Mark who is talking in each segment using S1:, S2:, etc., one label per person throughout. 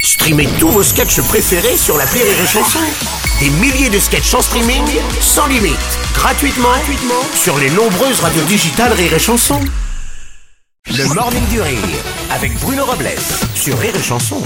S1: Streamez tous vos sketchs préférés sur la Rire et Chanson. Des milliers de sketchs en streaming, sans limite, gratuitement, gratuitement sur les nombreuses radios digitales Rire et Chanson. Le Morning du Rire, avec Bruno Robles, sur Rire et Chanson.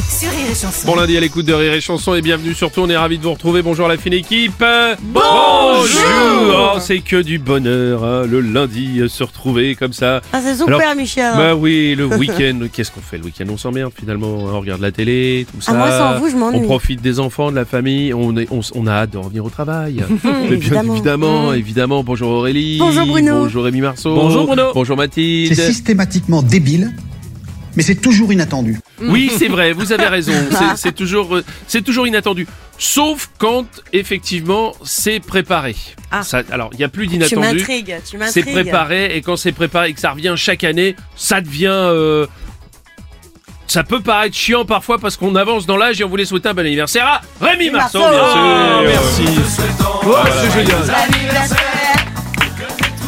S2: Bon lundi à l'écoute de Rire et Chanson et bienvenue surtout, on est ravis de vous retrouver. Bonjour la fine équipe. Euh, Bonjour. Oh, c'est que du bonheur hein, le lundi euh, se retrouver comme ça.
S3: Ah, c'est super,
S2: Alors,
S3: Michel.
S2: Bah oui, le week-end, qu'est-ce qu'on fait le week-end On s'emmerde finalement, hein, on regarde la télé, tout ça.
S3: Ah, moi, sans vous, je m'ennuie.
S2: On profite des enfants, de la famille, on, est, on, s- on a hâte de revenir au travail. Mais
S3: évidemment. Mm.
S2: Bien évidemment, évidemment. Bonjour Aurélie.
S3: Bonjour Bruno.
S2: Bonjour Rémi Marceau.
S4: Bonjour Bruno.
S2: Bonjour Mathilde.
S5: C'est systématiquement débile, mais c'est toujours inattendu.
S2: Oui, c'est vrai, vous avez raison. C'est- C'est toujours, euh, c'est toujours inattendu. Sauf quand, effectivement, c'est préparé.
S3: Ah.
S2: Ça- alors, il n'y a plus
S3: tu
S2: d'inattendu.
S3: m'intrigues, tu m'intrigues.
S2: C'est préparé, et quand c'est préparé et que ça revient chaque année, ça devient. euh, ça peut paraître chiant parfois parce qu'on avance dans l'âge et on voulait souhaiter un bon anniversaire à Ah, Rémi Marceau,
S3: Marceau.
S2: bien sûr.
S4: Ah,
S2: merci. Oh, c'est génial.
S3: Anniversaire.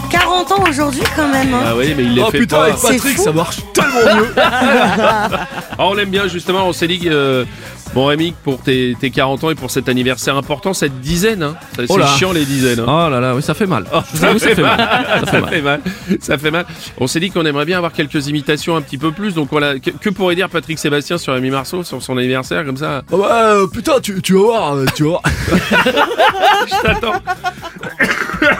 S3: 40 ans aujourd'hui, quand même. hein.
S2: Ah oui, mais il les
S4: Oh
S2: fait
S4: putain,
S2: pas.
S4: avec
S3: C'est
S4: Patrick,
S3: fou.
S4: ça marche tellement mieux.
S2: Ah, on l'aime bien justement, on s'est dit que, euh, bon Rémi, pour tes, tes 40 ans et pour cet anniversaire important, cette dizaine, hein, c'est
S4: Oh
S2: c'est
S4: là.
S2: chiant les dizaines. hein.
S4: Oh là là, oui, ça fait mal. Je vous
S2: Ça
S4: avoue,
S2: fait mal.
S4: Ça fait
S2: Ça fait mal. Ça fait mal. On s'est dit qu'on aimerait bien avoir quelques imitations un petit peu plus. Donc on l'a- que, que pourrait dire Patrick Sébastien sur Rémi Marceau sur son anniversaire comme ça
S4: Oh bah, euh, putain, tu, tu vas voir, euh, tu vas voir.
S2: Attends.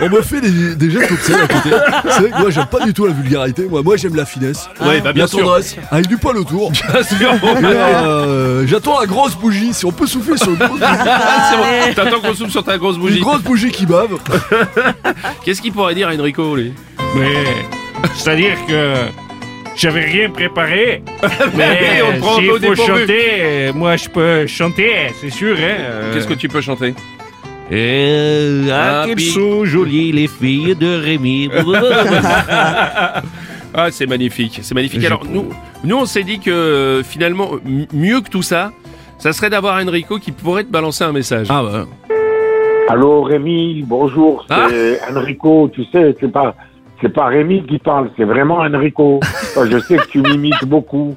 S4: On me fait des, des gestes obscènes à côté. C'est vrai que moi, j'aime pas du tout la vulgarité. Moi, moi j'aime la finesse.
S2: Ouais, bah, bien
S4: la
S2: sûr.
S4: tendresse, Ah, avec du poil autour.
S2: Bien sûr.
S4: Et, euh, J'attends la grosse bougie. Si on peut souffler sur une grosse bougie,
S2: C'est bon. T'attends qu'on soupe sur ta grosse
S4: une
S2: bougie.
S4: grosse bougie qui bave.
S2: Qu'est-ce qu'il pourrait dire à Enrico lui
S6: Mais c'est-à-dire que j'avais rien préparé.
S2: oui,
S6: Mais
S2: on te prend un
S6: s'il
S2: peu au
S6: faut
S2: dépourvu.
S6: chanter, euh, moi je peux chanter, c'est sûr. Hein, euh.
S2: Qu'est-ce que tu peux chanter
S6: Euh, ah,
S2: Happy-
S6: qu'elles sont jolies les filles de Rémi.
S2: Ah, c'est magnifique, c'est magnifique.
S6: Je
S2: Alors, nous, nous, on s'est dit que euh, finalement, m- mieux que tout ça, ça serait d'avoir Enrico qui pourrait te balancer un message.
S4: Ah bah.
S7: Allô Rémi, bonjour,
S4: Ah.
S7: c'est Enrico, tu sais, c'est pas c'est pas Rémi qui parle, c'est vraiment Enrico. Moi, Je sais que tu m'imites beaucoup.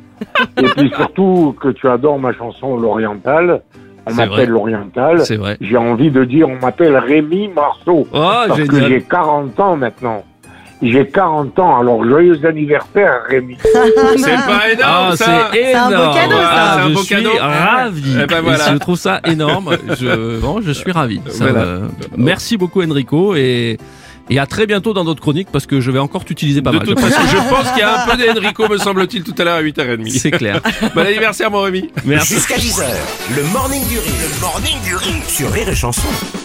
S7: Et puis surtout que tu adores ma chanson L'Oriental. On
S4: C'est vrai.
S7: m'appelle L'Oriental.
S4: C'est vrai.
S7: J'ai envie de dire on m'appelle Rémi Marceau.
S4: Oh,
S7: Parce que
S4: génial.
S7: j'ai 40 ans maintenant. J'ai 40 ans, alors joyeux anniversaire Rémi.
S2: C'est pas énorme,
S4: Ah,
S2: ça
S4: c'est énorme.
S3: Ah, beau cadeau, ça.
S2: Ah, c'est un
S4: je
S2: beau
S4: suis
S2: cadeau.
S6: euh, hein?
S4: ravi.
S2: Eh ben voilà.
S4: Je trouve ça énorme. Je, bon, je suis ravi. Ça,
S2: Voilà.
S4: euh, merci beaucoup Enrico et et à très bientôt dans d'autres chroniques parce que je vais encore t'utiliser pas
S2: de
S4: mal.
S2: toute
S4: je pense.
S2: façon, je pense qu'il y a un peu d'Enrico, me semble-t-il, tout à l'heure à 8h30.
S4: C'est clair.
S2: Bon anniversaire, mon Rémi.
S4: Merci.
S1: Jusqu'à 10h, le Morning du Rire, le Morning du Rire, sur Rire et Chanson.